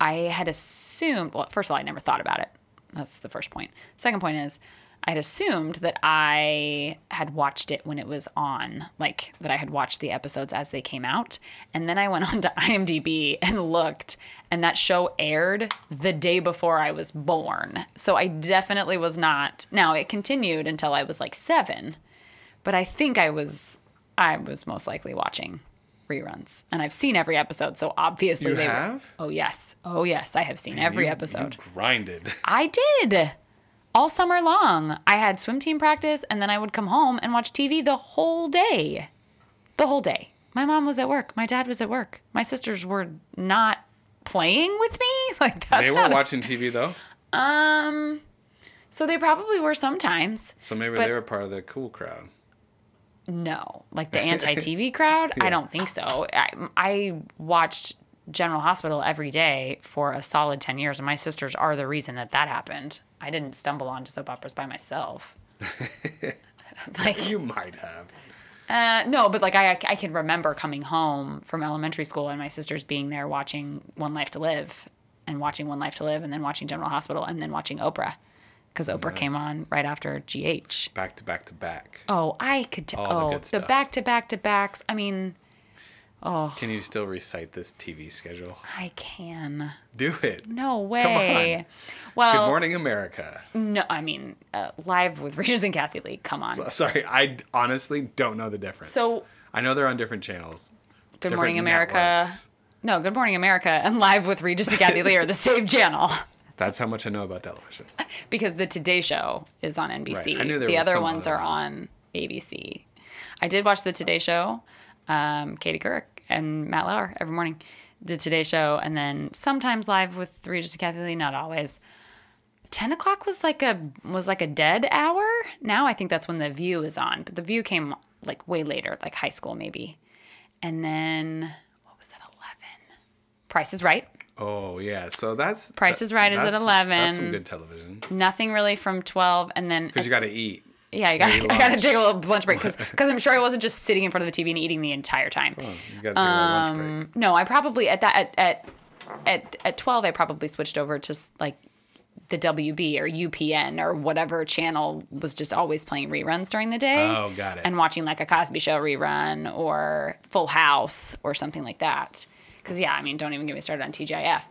Speaker 2: I had assumed, well, first of all, I never thought about it. That's the first point. Second point is, I had assumed that I had watched it when it was on, like that I had watched the episodes as they came out. And then I went on to IMDb and looked, and that show aired the day before I was born. So I definitely was not. Now, it continued until I was like seven but I think I was I was most likely watching reruns, and I've seen every episode. So obviously
Speaker 1: You
Speaker 2: they were-
Speaker 1: have?
Speaker 2: Oh yes, oh yes, I have seen every
Speaker 1: You- you
Speaker 2: episode.
Speaker 1: grinded.
Speaker 2: I did all summer long. I had swim team practice, and then I would come home and watch TV the whole day, the whole day. My mom was at work. My dad was at work. My sisters were not playing with me. Like that's
Speaker 1: they were
Speaker 2: not a-
Speaker 1: watching TV though,
Speaker 2: um. So they probably were sometimes.
Speaker 1: so maybe
Speaker 2: But-
Speaker 1: they were part of the cool crowd.
Speaker 2: No, like the anti TV crowd? I don't think so. I, I watched General Hospital every day for a solid 10 years, and my sisters are the reason that that happened. I didn't stumble onto soap operas by myself. like,
Speaker 1: You might have.
Speaker 2: uh, no, but like I, I can remember coming home from elementary school and my sisters being there watching One Life to Live and watching One Life to Live and then watching General Hospital and then watching Oprah because Oprah came
Speaker 1: Nice.
Speaker 2: on right after GH.
Speaker 1: Back to back to back.
Speaker 2: Oh, I could. T-
Speaker 1: All the
Speaker 2: oh,
Speaker 1: good
Speaker 2: the
Speaker 1: stuff.
Speaker 2: back to back to backs. I mean,
Speaker 1: Can you still recite this TV schedule?
Speaker 2: I can.
Speaker 1: Do it.
Speaker 2: No way. Well,
Speaker 1: Good morning, America.
Speaker 2: no, I mean, uh, live with Regis and Kathy Lee. Come on.
Speaker 1: So- Sorry, I d- honestly don't know the difference.
Speaker 2: So-
Speaker 1: I know they're on different channels.
Speaker 2: Good
Speaker 1: different
Speaker 2: morning, America.
Speaker 1: networks.
Speaker 2: No, Good Morning America and Live with Regis and Kathy Lee are the same channel
Speaker 1: That's how much I know about television.
Speaker 2: because the Today Show is on NBC.
Speaker 1: Right. I knew there
Speaker 2: the
Speaker 1: was
Speaker 2: other
Speaker 1: some
Speaker 2: ones
Speaker 1: other
Speaker 2: are
Speaker 1: one.
Speaker 2: on ABC. I did watch the Today Show, um, Katie Couric and Matt Lauer every morning. The Today Show, and then sometimes Live with Regis and Kathy Lee, not always. 10 o'clock was like a was like a dead hour now i think that's when the view is on but the view came like way later like high school maybe and then what was that 11 price is right
Speaker 1: Oh yeah, so that's
Speaker 2: Price is Right is at
Speaker 1: that's-
Speaker 2: 11.
Speaker 1: That's some good television
Speaker 2: nothing really from 12 and then
Speaker 1: because you got to eat.
Speaker 2: yeah you gotta,
Speaker 1: eat
Speaker 2: i gotta
Speaker 1: lunch.
Speaker 2: take a little lunch break because i'm sure i wasn't just sitting in front of the tv and eating the entire time Mm.
Speaker 1: You got to take a little
Speaker 2: Um,
Speaker 1: lunch break.
Speaker 2: no i probably at that at at at, at 12 i probably switched over to s- like the WB or UPN or whatever channel was just always playing reruns during the day.
Speaker 1: Oh, got it.
Speaker 2: And watching like a Cosby Show rerun or Full House or something like that. Because yeah, I mean, don't even get me started on TGIF.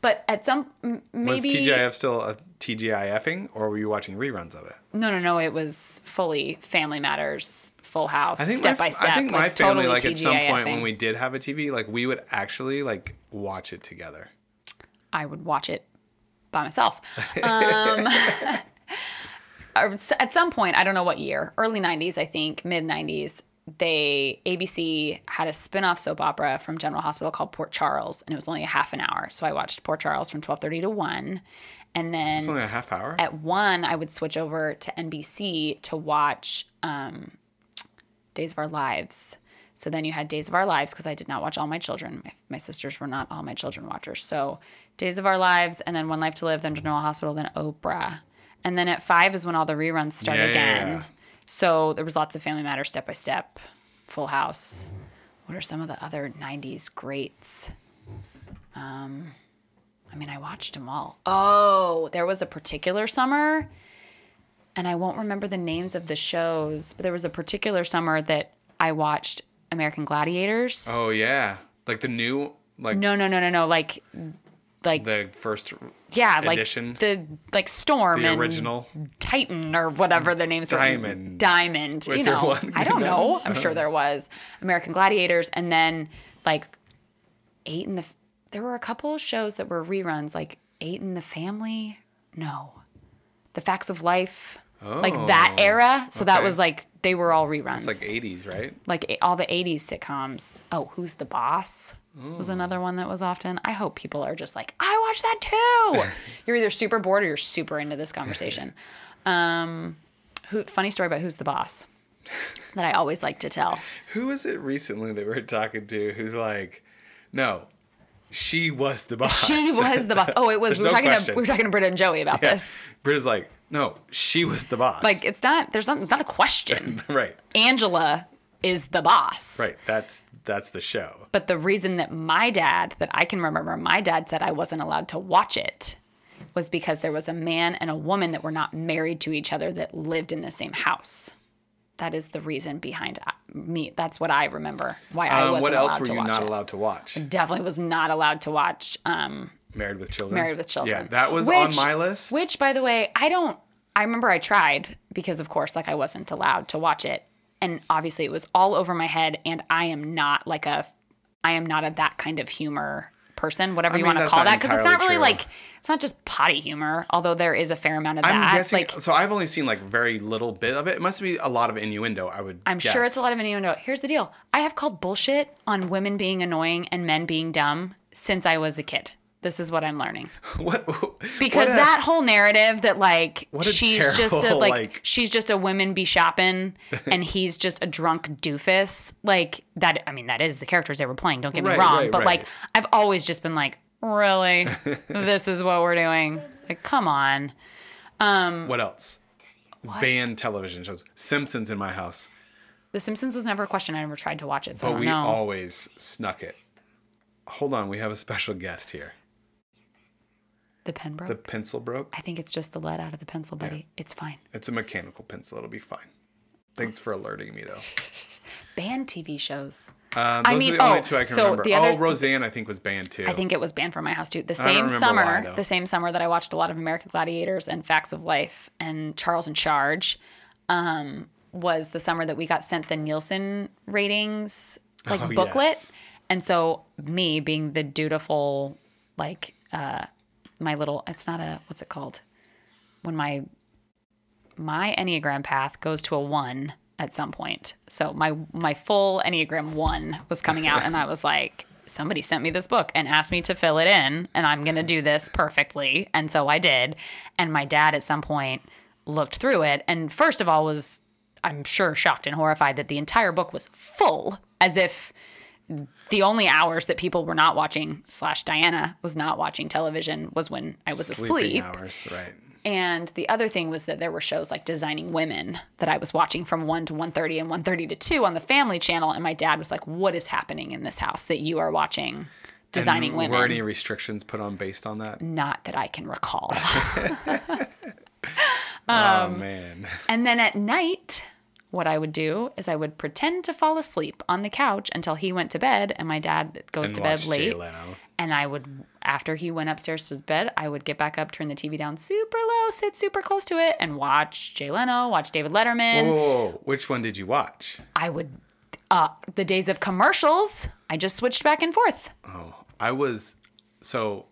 Speaker 2: But at some m-
Speaker 1: Was
Speaker 2: maybe
Speaker 1: TGIF still uh, a TGIFing, or were you watching reruns of it?
Speaker 2: no, no, no. It was fully Family Matters, Full House,
Speaker 1: I think
Speaker 2: step
Speaker 1: my,
Speaker 2: by step.
Speaker 1: I think my
Speaker 2: like,
Speaker 1: family,
Speaker 2: totally
Speaker 1: like at some point
Speaker 2: TGIFing.
Speaker 1: when we did have a TV, like we would actually like watch it together.
Speaker 2: I would watch it by myself. Um, or s- at some point, I don't know what year, early 90s, I think, mid 90s, they ABC had a spin-off soap opera from General Hospital called Port Charles, and it was only a half an hour. So I watched Port Charles from 12:30 to 1, and then
Speaker 1: It's only a half hour.
Speaker 2: at one, I would switch over to NBC to watch um, Days of Our Lives. So then you had Days of Our Lives because I did not watch All My Children. My, my sisters were not All My Children watchers. So Days of Our Lives, and then One Life to Live, then General Hospital, then Oprah. And then at five is when all the reruns start
Speaker 1: Yeah, yeah,
Speaker 2: again.
Speaker 1: yeah.
Speaker 2: So there was lots of Family Matters, Step by Step, Full House. What are some of the other 90s greats? Um, I mean, I watched them all. Oh, there was a particular summer, and I won't remember the names of the shows, but there was a particular summer that I watched American Gladiators.
Speaker 1: Oh yeah, like the new, like
Speaker 2: No, no, no, no, no. Like, like
Speaker 1: the first,
Speaker 2: yeah, like
Speaker 1: edition?
Speaker 2: the like Storm
Speaker 1: the
Speaker 2: and
Speaker 1: original.
Speaker 2: Titan or whatever the names were.
Speaker 1: Diamond.
Speaker 2: Diamond.
Speaker 1: Was
Speaker 2: you
Speaker 1: there
Speaker 2: know,
Speaker 1: one Uh-huh.
Speaker 2: I don't
Speaker 1: named
Speaker 2: know.
Speaker 1: Diamond?
Speaker 2: I'm sure there was American Gladiators, and then like Eight in the. F- There were a couple of shows that were reruns, like Eight in the Family. No, The Facts of Life. like that
Speaker 1: Oh,
Speaker 2: era. So that
Speaker 1: okay.
Speaker 2: was like they were all
Speaker 1: It's
Speaker 2: reruns.
Speaker 1: like '80s, right?
Speaker 2: Like, a- all the 80s sitcoms. Oh, Who's the Boss? Was another one that was often. I hope people are just like, I watched that too. you're either super bored or you're super into this conversation. Um, who, funny story about Who's the Boss that I always like to tell.
Speaker 1: Who was it recently that we were talking to? Who's like, no, she was the boss.
Speaker 2: She was the boss. Oh, it was.
Speaker 1: There's
Speaker 2: we were
Speaker 1: no
Speaker 2: talking to
Speaker 1: question.
Speaker 2: we were talking to Britta and Joey about this.
Speaker 1: Britta's like, no, she was the boss.
Speaker 2: Like it's not there's not it's not a question.
Speaker 1: right,
Speaker 2: Angela is the boss.
Speaker 1: right. That's that's the show.
Speaker 2: But the reason that my dad, that I can remember, my dad said I wasn't allowed to watch it was because there was a man and a woman that were not married to each other that lived in the same house. That is the reason behind uh, me. That's what I remember why I
Speaker 1: Um,
Speaker 2: wasn't
Speaker 1: what
Speaker 2: allowed
Speaker 1: else were
Speaker 2: to
Speaker 1: you
Speaker 2: watch
Speaker 1: not
Speaker 2: it.
Speaker 1: allowed to watch?
Speaker 2: Definitely was not allowed to watch um,
Speaker 1: Married with Children.
Speaker 2: Married with Children.
Speaker 1: Yeah, that was on
Speaker 2: Which-
Speaker 1: my list.
Speaker 2: Which, by the way, I don't. I remember I tried because, of course, like I wasn't allowed to watch it, and obviously it was all over my head. And I am not like a, I am not a that kind of humor person, whatever you
Speaker 1: mean,
Speaker 2: want to
Speaker 1: that's
Speaker 2: call
Speaker 1: not
Speaker 2: that, because it's not
Speaker 1: entirely
Speaker 2: really
Speaker 1: true.
Speaker 2: like it's not just potty humor, although there is a fair amount of
Speaker 1: I'm
Speaker 2: that.
Speaker 1: guessing.
Speaker 2: like
Speaker 1: so I've only seen like very little bit of it. It must be a lot of innuendo. I would.
Speaker 2: I'm sure it's a
Speaker 1: guess.
Speaker 2: lot of innuendo. Here's the deal: I have called bullshit on women being annoying and men being dumb since I was a kid. This is what I'm learning.
Speaker 1: What?
Speaker 2: because
Speaker 1: what a-
Speaker 2: that whole narrative that like
Speaker 1: What a
Speaker 2: she's just a
Speaker 1: terrible,
Speaker 2: like,
Speaker 1: like-
Speaker 2: she's just a women be shopping and he's just a drunk doofus like that i mean that is the characters they were playing don't get me
Speaker 1: Right,
Speaker 2: wrong
Speaker 1: right,
Speaker 2: but like
Speaker 1: right.
Speaker 2: i've always just been like really this is what we're doing like come on
Speaker 1: What else? Banned television shows. Simpsons in my house,
Speaker 2: the simpsons was never a question i never tried to watch it so i
Speaker 1: but
Speaker 2: don't
Speaker 1: we
Speaker 2: know
Speaker 1: always snuck it. Hold on, we have a special guest here.
Speaker 2: the pen broke
Speaker 1: The pencil broke.
Speaker 2: i think it's just the lead out of the pencil buddy it's fine
Speaker 1: It's a mechanical pencil. It'll be fine. Thanks for alerting me, though.
Speaker 2: ban tv shows
Speaker 1: Um, those
Speaker 2: I mean,
Speaker 1: are the only
Speaker 2: oh,
Speaker 1: two I can
Speaker 2: so
Speaker 1: remember.
Speaker 2: the other-
Speaker 1: oh, Roseanne, I think was banned too.
Speaker 2: I think it was banned from my house too. The
Speaker 1: don't
Speaker 2: same
Speaker 1: remember
Speaker 2: summer,
Speaker 1: why, though.
Speaker 2: the same summer that I watched a lot of American Gladiators and Facts of Life and Charles in Charge, um, was the summer that we got sent the Nielsen ratings like
Speaker 1: Oh,
Speaker 2: booklet,
Speaker 1: yes.
Speaker 2: and so me being the dutiful, like uh, my little, it's not a what's it called when my my enneagram path goes to a one at some point. So my my full enneagram one was coming out, and I was like, somebody sent me this book and asked me to fill it in, and I'm gonna do this perfectly, and so I did. And my dad at some point looked through it, and first of all was I'm sure shocked and horrified that the entire book was full, as if the only hours that people were not watching slash Diana was not watching television was when I was
Speaker 1: sleeping
Speaker 2: asleep.
Speaker 1: hours, right?
Speaker 2: And the other thing was that there were shows like Designing Women that I was watching from 1 to 1:30 and 1:30 to 2 on the Family Channel and my dad was like, "What is happening in this house that you are watching designing
Speaker 1: and
Speaker 2: women.
Speaker 1: Were any restrictions put on based on that?
Speaker 2: Not that I can recall.
Speaker 1: oh
Speaker 2: Um,
Speaker 1: man.
Speaker 2: and then at night, what I would do is I would pretend to fall asleep on the couch until he went to bed, and my dad goes
Speaker 1: And
Speaker 2: to bed
Speaker 1: watch Jay
Speaker 2: late.
Speaker 1: Leno.
Speaker 2: And I would, after he went upstairs to bed, I would get back up, turn the TV down super low, sit super close to it, and watch Jay Leno, watch David Letterman.
Speaker 1: Whoa, whoa, whoa. which one did you watch?
Speaker 2: I would, uh, the days of commercials, I just switched back and forth.
Speaker 1: Oh, I was so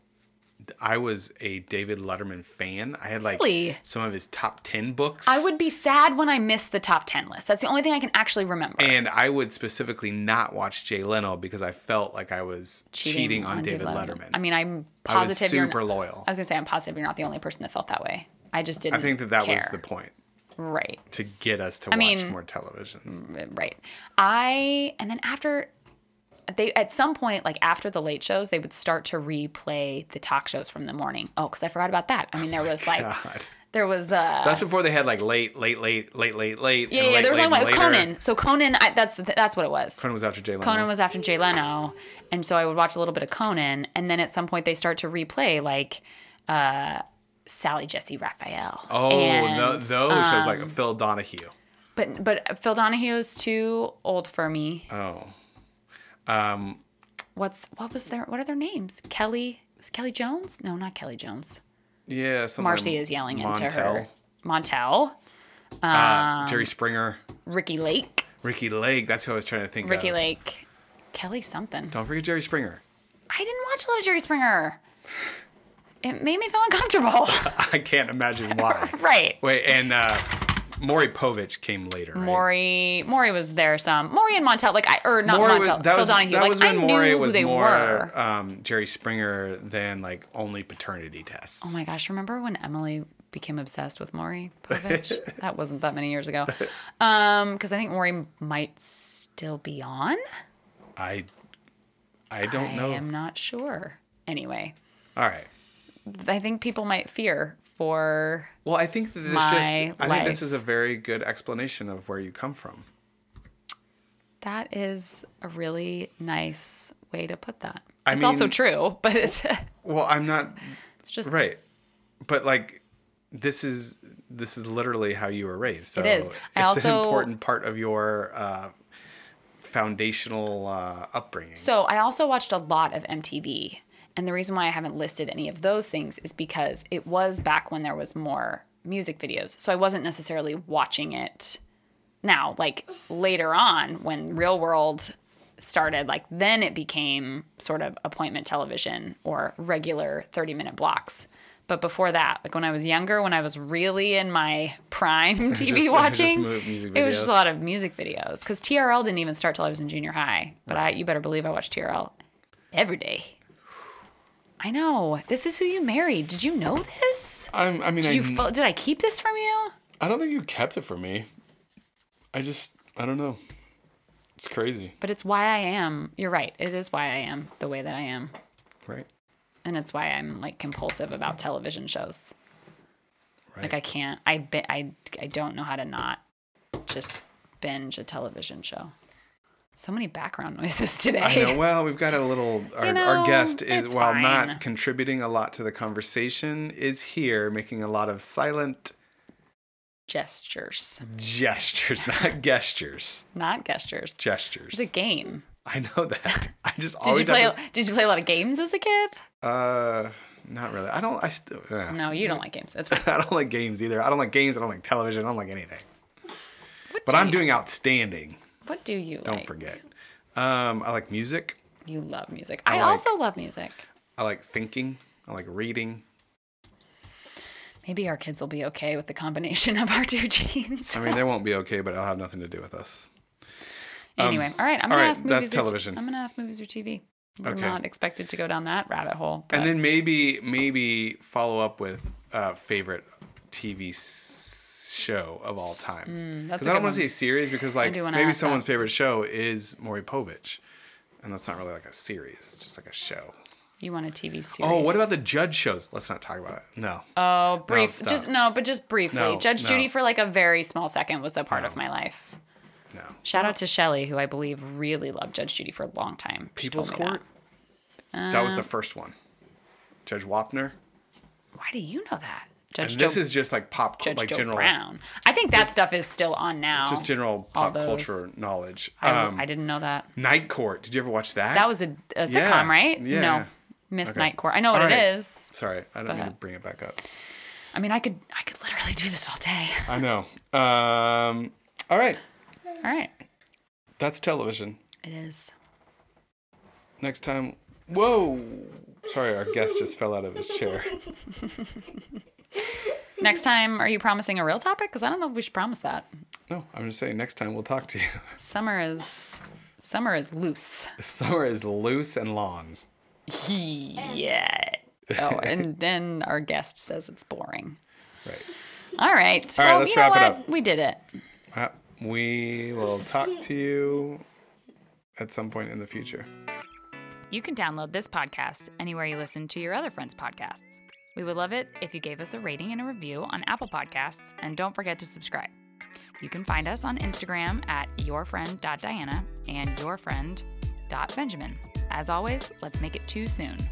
Speaker 1: I was a David Letterman fan. I had like
Speaker 2: Really?
Speaker 1: some of his top 10 books.
Speaker 2: I would be sad when I missed the top 10 list. That's the only thing I can actually remember.
Speaker 1: and I would specifically not watch Jay Leno because I felt like I was cheating, on, David Letterman.
Speaker 2: I mean, I'm
Speaker 1: I was
Speaker 2: positive you're
Speaker 1: super
Speaker 2: not,
Speaker 1: loyal.
Speaker 2: I was gonna say I'm positive you're not the only person that felt that way. I just didn't.
Speaker 1: I think that that was
Speaker 2: care.
Speaker 1: the point
Speaker 2: right,
Speaker 1: to get us to watch
Speaker 2: mean- mm,
Speaker 1: more television.
Speaker 2: right. I and then after they at some point like after the late shows they would start to replay the talk shows from the morning. Oh, because I forgot about that. I mean, there was like
Speaker 1: Oh God.
Speaker 2: there was uh
Speaker 1: That's before they had like late, late, late, late, late, late.
Speaker 2: yeah
Speaker 1: and
Speaker 2: yeah
Speaker 1: late,
Speaker 2: there was
Speaker 1: late,
Speaker 2: only one. It was
Speaker 1: and later.
Speaker 2: Conan. So Conan, I, that's the, that's what it was.
Speaker 1: Conan was after Jay Leno.
Speaker 2: Conan was after Jay Leno, and so I would watch a little bit of Conan, and then at some point they start to replay like uh, Sally Jesse Raphael.
Speaker 1: Oh,
Speaker 2: and, uh, um,
Speaker 1: tho- those shows like Phil Donahue.
Speaker 2: but but Phil Donahue is too old for me.
Speaker 1: Oh,
Speaker 2: What's what was their what are their names? Kelly was it Kelly Jones? No, not Kelly Jones.
Speaker 1: yeah. something
Speaker 2: Marcy is yelling into her.
Speaker 1: Um,
Speaker 2: um,
Speaker 1: Montel.
Speaker 2: Montel,
Speaker 1: Uh, Jerry Springer,
Speaker 2: Ricky Lake,
Speaker 1: Ricky Lake. That's who I was trying to think
Speaker 2: Ricky
Speaker 1: of.
Speaker 2: Lake, Kelly something.
Speaker 1: Don't forget Jerry Springer.
Speaker 2: I didn't watch a lot of Jerry Springer. It made me feel uncomfortable.
Speaker 1: I can't imagine why.
Speaker 2: right.
Speaker 1: Wait, and uh, Maury Povich came later. Right?
Speaker 2: Maury, Maury was there some. Maury and Montel, like I or not
Speaker 1: Maury was-
Speaker 2: Montel,
Speaker 1: that
Speaker 2: Phil
Speaker 1: was,
Speaker 2: Donahue.
Speaker 1: that
Speaker 2: like
Speaker 1: was
Speaker 2: I
Speaker 1: when
Speaker 2: knew
Speaker 1: Maury
Speaker 2: who
Speaker 1: was
Speaker 2: they
Speaker 1: more
Speaker 2: were.
Speaker 1: Um, Jerry Springer than like only paternity tests.
Speaker 2: oh my gosh, remember when Emily became obsessed with Maury Povich? that wasn't that many years ago. Um, because I think Maury might still be on.
Speaker 1: I I don't
Speaker 2: I
Speaker 1: know.
Speaker 2: am not sure. Anyway,
Speaker 1: All right.
Speaker 2: I think people might fear for
Speaker 1: Well, I think that this
Speaker 2: My
Speaker 1: just I think this
Speaker 2: life.
Speaker 1: is a very good explanation of where you come from.
Speaker 2: that is a really nice way to put that.
Speaker 1: I
Speaker 2: it's also
Speaker 1: mean-
Speaker 2: true, but it's
Speaker 1: Well, I'm not
Speaker 2: it's just
Speaker 1: right. But like this is this is literally how you were raised. So
Speaker 2: is. I
Speaker 1: it's an
Speaker 2: also-
Speaker 1: important part of your uh, foundational uh, upbringing.
Speaker 2: So I also watched a lot of MTV. And the reason why I haven't listed any of those things is because it was back when there was more music videos. So I wasn't necessarily watching it now. Like later on, when Real World started, like then it became sort of appointment television or regular 30 minute blocks. But before that, like when I was younger, when I was really in my prime TV
Speaker 1: just
Speaker 2: watching,
Speaker 1: mu- music
Speaker 2: it was just a
Speaker 1: videos.
Speaker 2: lot of music videos. Because TRL didn't even start till I was in junior high. But I, you better believe I watched TRL every day. I know. This is who you married. Did you know this?
Speaker 1: I'm, I mean,
Speaker 2: Did
Speaker 1: I,
Speaker 2: you? fo- Did I keep this from you?
Speaker 1: I don't think you kept it from me. I just I don't know. It's crazy,
Speaker 2: But it's why I am. You're right. It is why I am the way that I am.
Speaker 1: right?
Speaker 2: and it's why I'm like compulsive about television shows. Like
Speaker 1: Right.
Speaker 2: I can't. I bi- I I don't know how to not just binge a television show. So many background noises today.
Speaker 1: I know. Well, we've got a little. Our,
Speaker 2: know,
Speaker 1: our guest
Speaker 2: it's
Speaker 1: is, while
Speaker 2: fine.
Speaker 1: not contributing a lot to the conversation, is here making a lot of silent
Speaker 2: Gestures,
Speaker 1: gestures, not gestures,
Speaker 2: not gestures.
Speaker 1: gestures.
Speaker 2: It's a game.
Speaker 1: I know that. I just
Speaker 2: Did
Speaker 1: always
Speaker 2: you play?
Speaker 1: have to-
Speaker 2: Did you play a lot of games as a kid?
Speaker 1: uh, not really. I don't. I still. Uh,
Speaker 2: No, you don't like games. That's fine.
Speaker 1: I don't like games either. I don't like games. I don't like television. I don't like anything.
Speaker 2: What
Speaker 1: But
Speaker 2: do
Speaker 1: I'm
Speaker 2: you-
Speaker 1: doing outstanding.
Speaker 2: What do you
Speaker 1: Don't
Speaker 2: like?
Speaker 1: forget. Um, I like music.
Speaker 2: You love music. I,
Speaker 1: like-
Speaker 2: also love music.
Speaker 1: I like thinking. I like reading.
Speaker 2: Maybe our kids will be okay with the combination of our two genes.
Speaker 1: I mean, they won't be okay, but it'll have nothing to do with us.
Speaker 2: Anyway, all right. I'm
Speaker 1: Um, all
Speaker 2: gonna
Speaker 1: right,
Speaker 2: ask movies.
Speaker 1: that's
Speaker 2: or t-
Speaker 1: television.
Speaker 2: I'm gonna ask movies or TV. We're
Speaker 1: Okay.
Speaker 2: not expected to go down that rabbit hole. But
Speaker 1: And then maybe maybe follow up with uh, favorite TV s- show of all time.
Speaker 2: mm, that's
Speaker 1: Because
Speaker 2: a
Speaker 1: I
Speaker 2: good
Speaker 1: don't want to say
Speaker 2: one.
Speaker 1: series because like
Speaker 2: do wanna
Speaker 1: maybe
Speaker 2: ask
Speaker 1: someone's
Speaker 2: that.
Speaker 1: favorite show is Maury Povich, and that's not really like a series; it's just like a show.
Speaker 2: you want a TV series?
Speaker 1: Oh, what about the judge shows? Let's not talk about it. No.
Speaker 2: Oh, brief.
Speaker 1: stop.
Speaker 2: just no, but just briefly.
Speaker 1: No,
Speaker 2: Judge
Speaker 1: no.
Speaker 2: Judy for like a very small second was a part of my life.
Speaker 1: no.
Speaker 2: Shout out to Shelley, who I believe really loved Judge Judy for a long time. She
Speaker 1: People's
Speaker 2: told me that.
Speaker 1: Court. that
Speaker 2: Uh,
Speaker 1: was the first one. Judge Wapner.
Speaker 2: Why do you know that? Judge
Speaker 1: And
Speaker 2: Joe,
Speaker 1: this is just like pop,
Speaker 2: Judge
Speaker 1: like
Speaker 2: Joe
Speaker 1: general,
Speaker 2: Brown. I think that stuff is still on now.
Speaker 1: it's just general
Speaker 2: All
Speaker 1: pop
Speaker 2: those.
Speaker 1: culture knowledge.
Speaker 2: I,
Speaker 1: Um,
Speaker 2: I didn't know that.
Speaker 1: Night Court. Did you ever watch that?
Speaker 2: That was a, a
Speaker 1: yeah,
Speaker 2: sitcom, right?
Speaker 1: yeah, yeah.
Speaker 2: No. Miss
Speaker 1: Okay.
Speaker 2: Night Court. I know what
Speaker 1: All
Speaker 2: it
Speaker 1: right.
Speaker 2: is.
Speaker 1: Sorry, I don't mean to
Speaker 2: but-
Speaker 1: bring it back up.
Speaker 2: I mean, I could I could literally do this all day.
Speaker 1: I know. Um, all right,
Speaker 2: All right.
Speaker 1: that's television.
Speaker 2: It is.
Speaker 1: Next time, whoa! Sorry, our guest just fell out of his chair.
Speaker 2: Next time, are you promising a real topic? Because I don't know if we should promise that.
Speaker 1: No, I'm just saying. Next time we'll talk to you.
Speaker 2: Summer is summer is loose.
Speaker 1: Summer is loose and long.
Speaker 2: yeah. Oh, and then our guest says it's boring.
Speaker 1: Right.
Speaker 2: All right. All
Speaker 1: right, let's
Speaker 2: you know
Speaker 1: wrap it
Speaker 2: what?
Speaker 1: up.
Speaker 2: We did it.
Speaker 1: Uh, we will talk to you at some point in the future.
Speaker 2: You can download this podcast anywhere you listen to your other friends' podcasts. We would love it if you gave us a rating and a review on Apple Podcasts, and don't forget to subscribe. You can find us on Instagram at yourfriend.diana and yourfriend.benjamin. As always, let's make it too soon.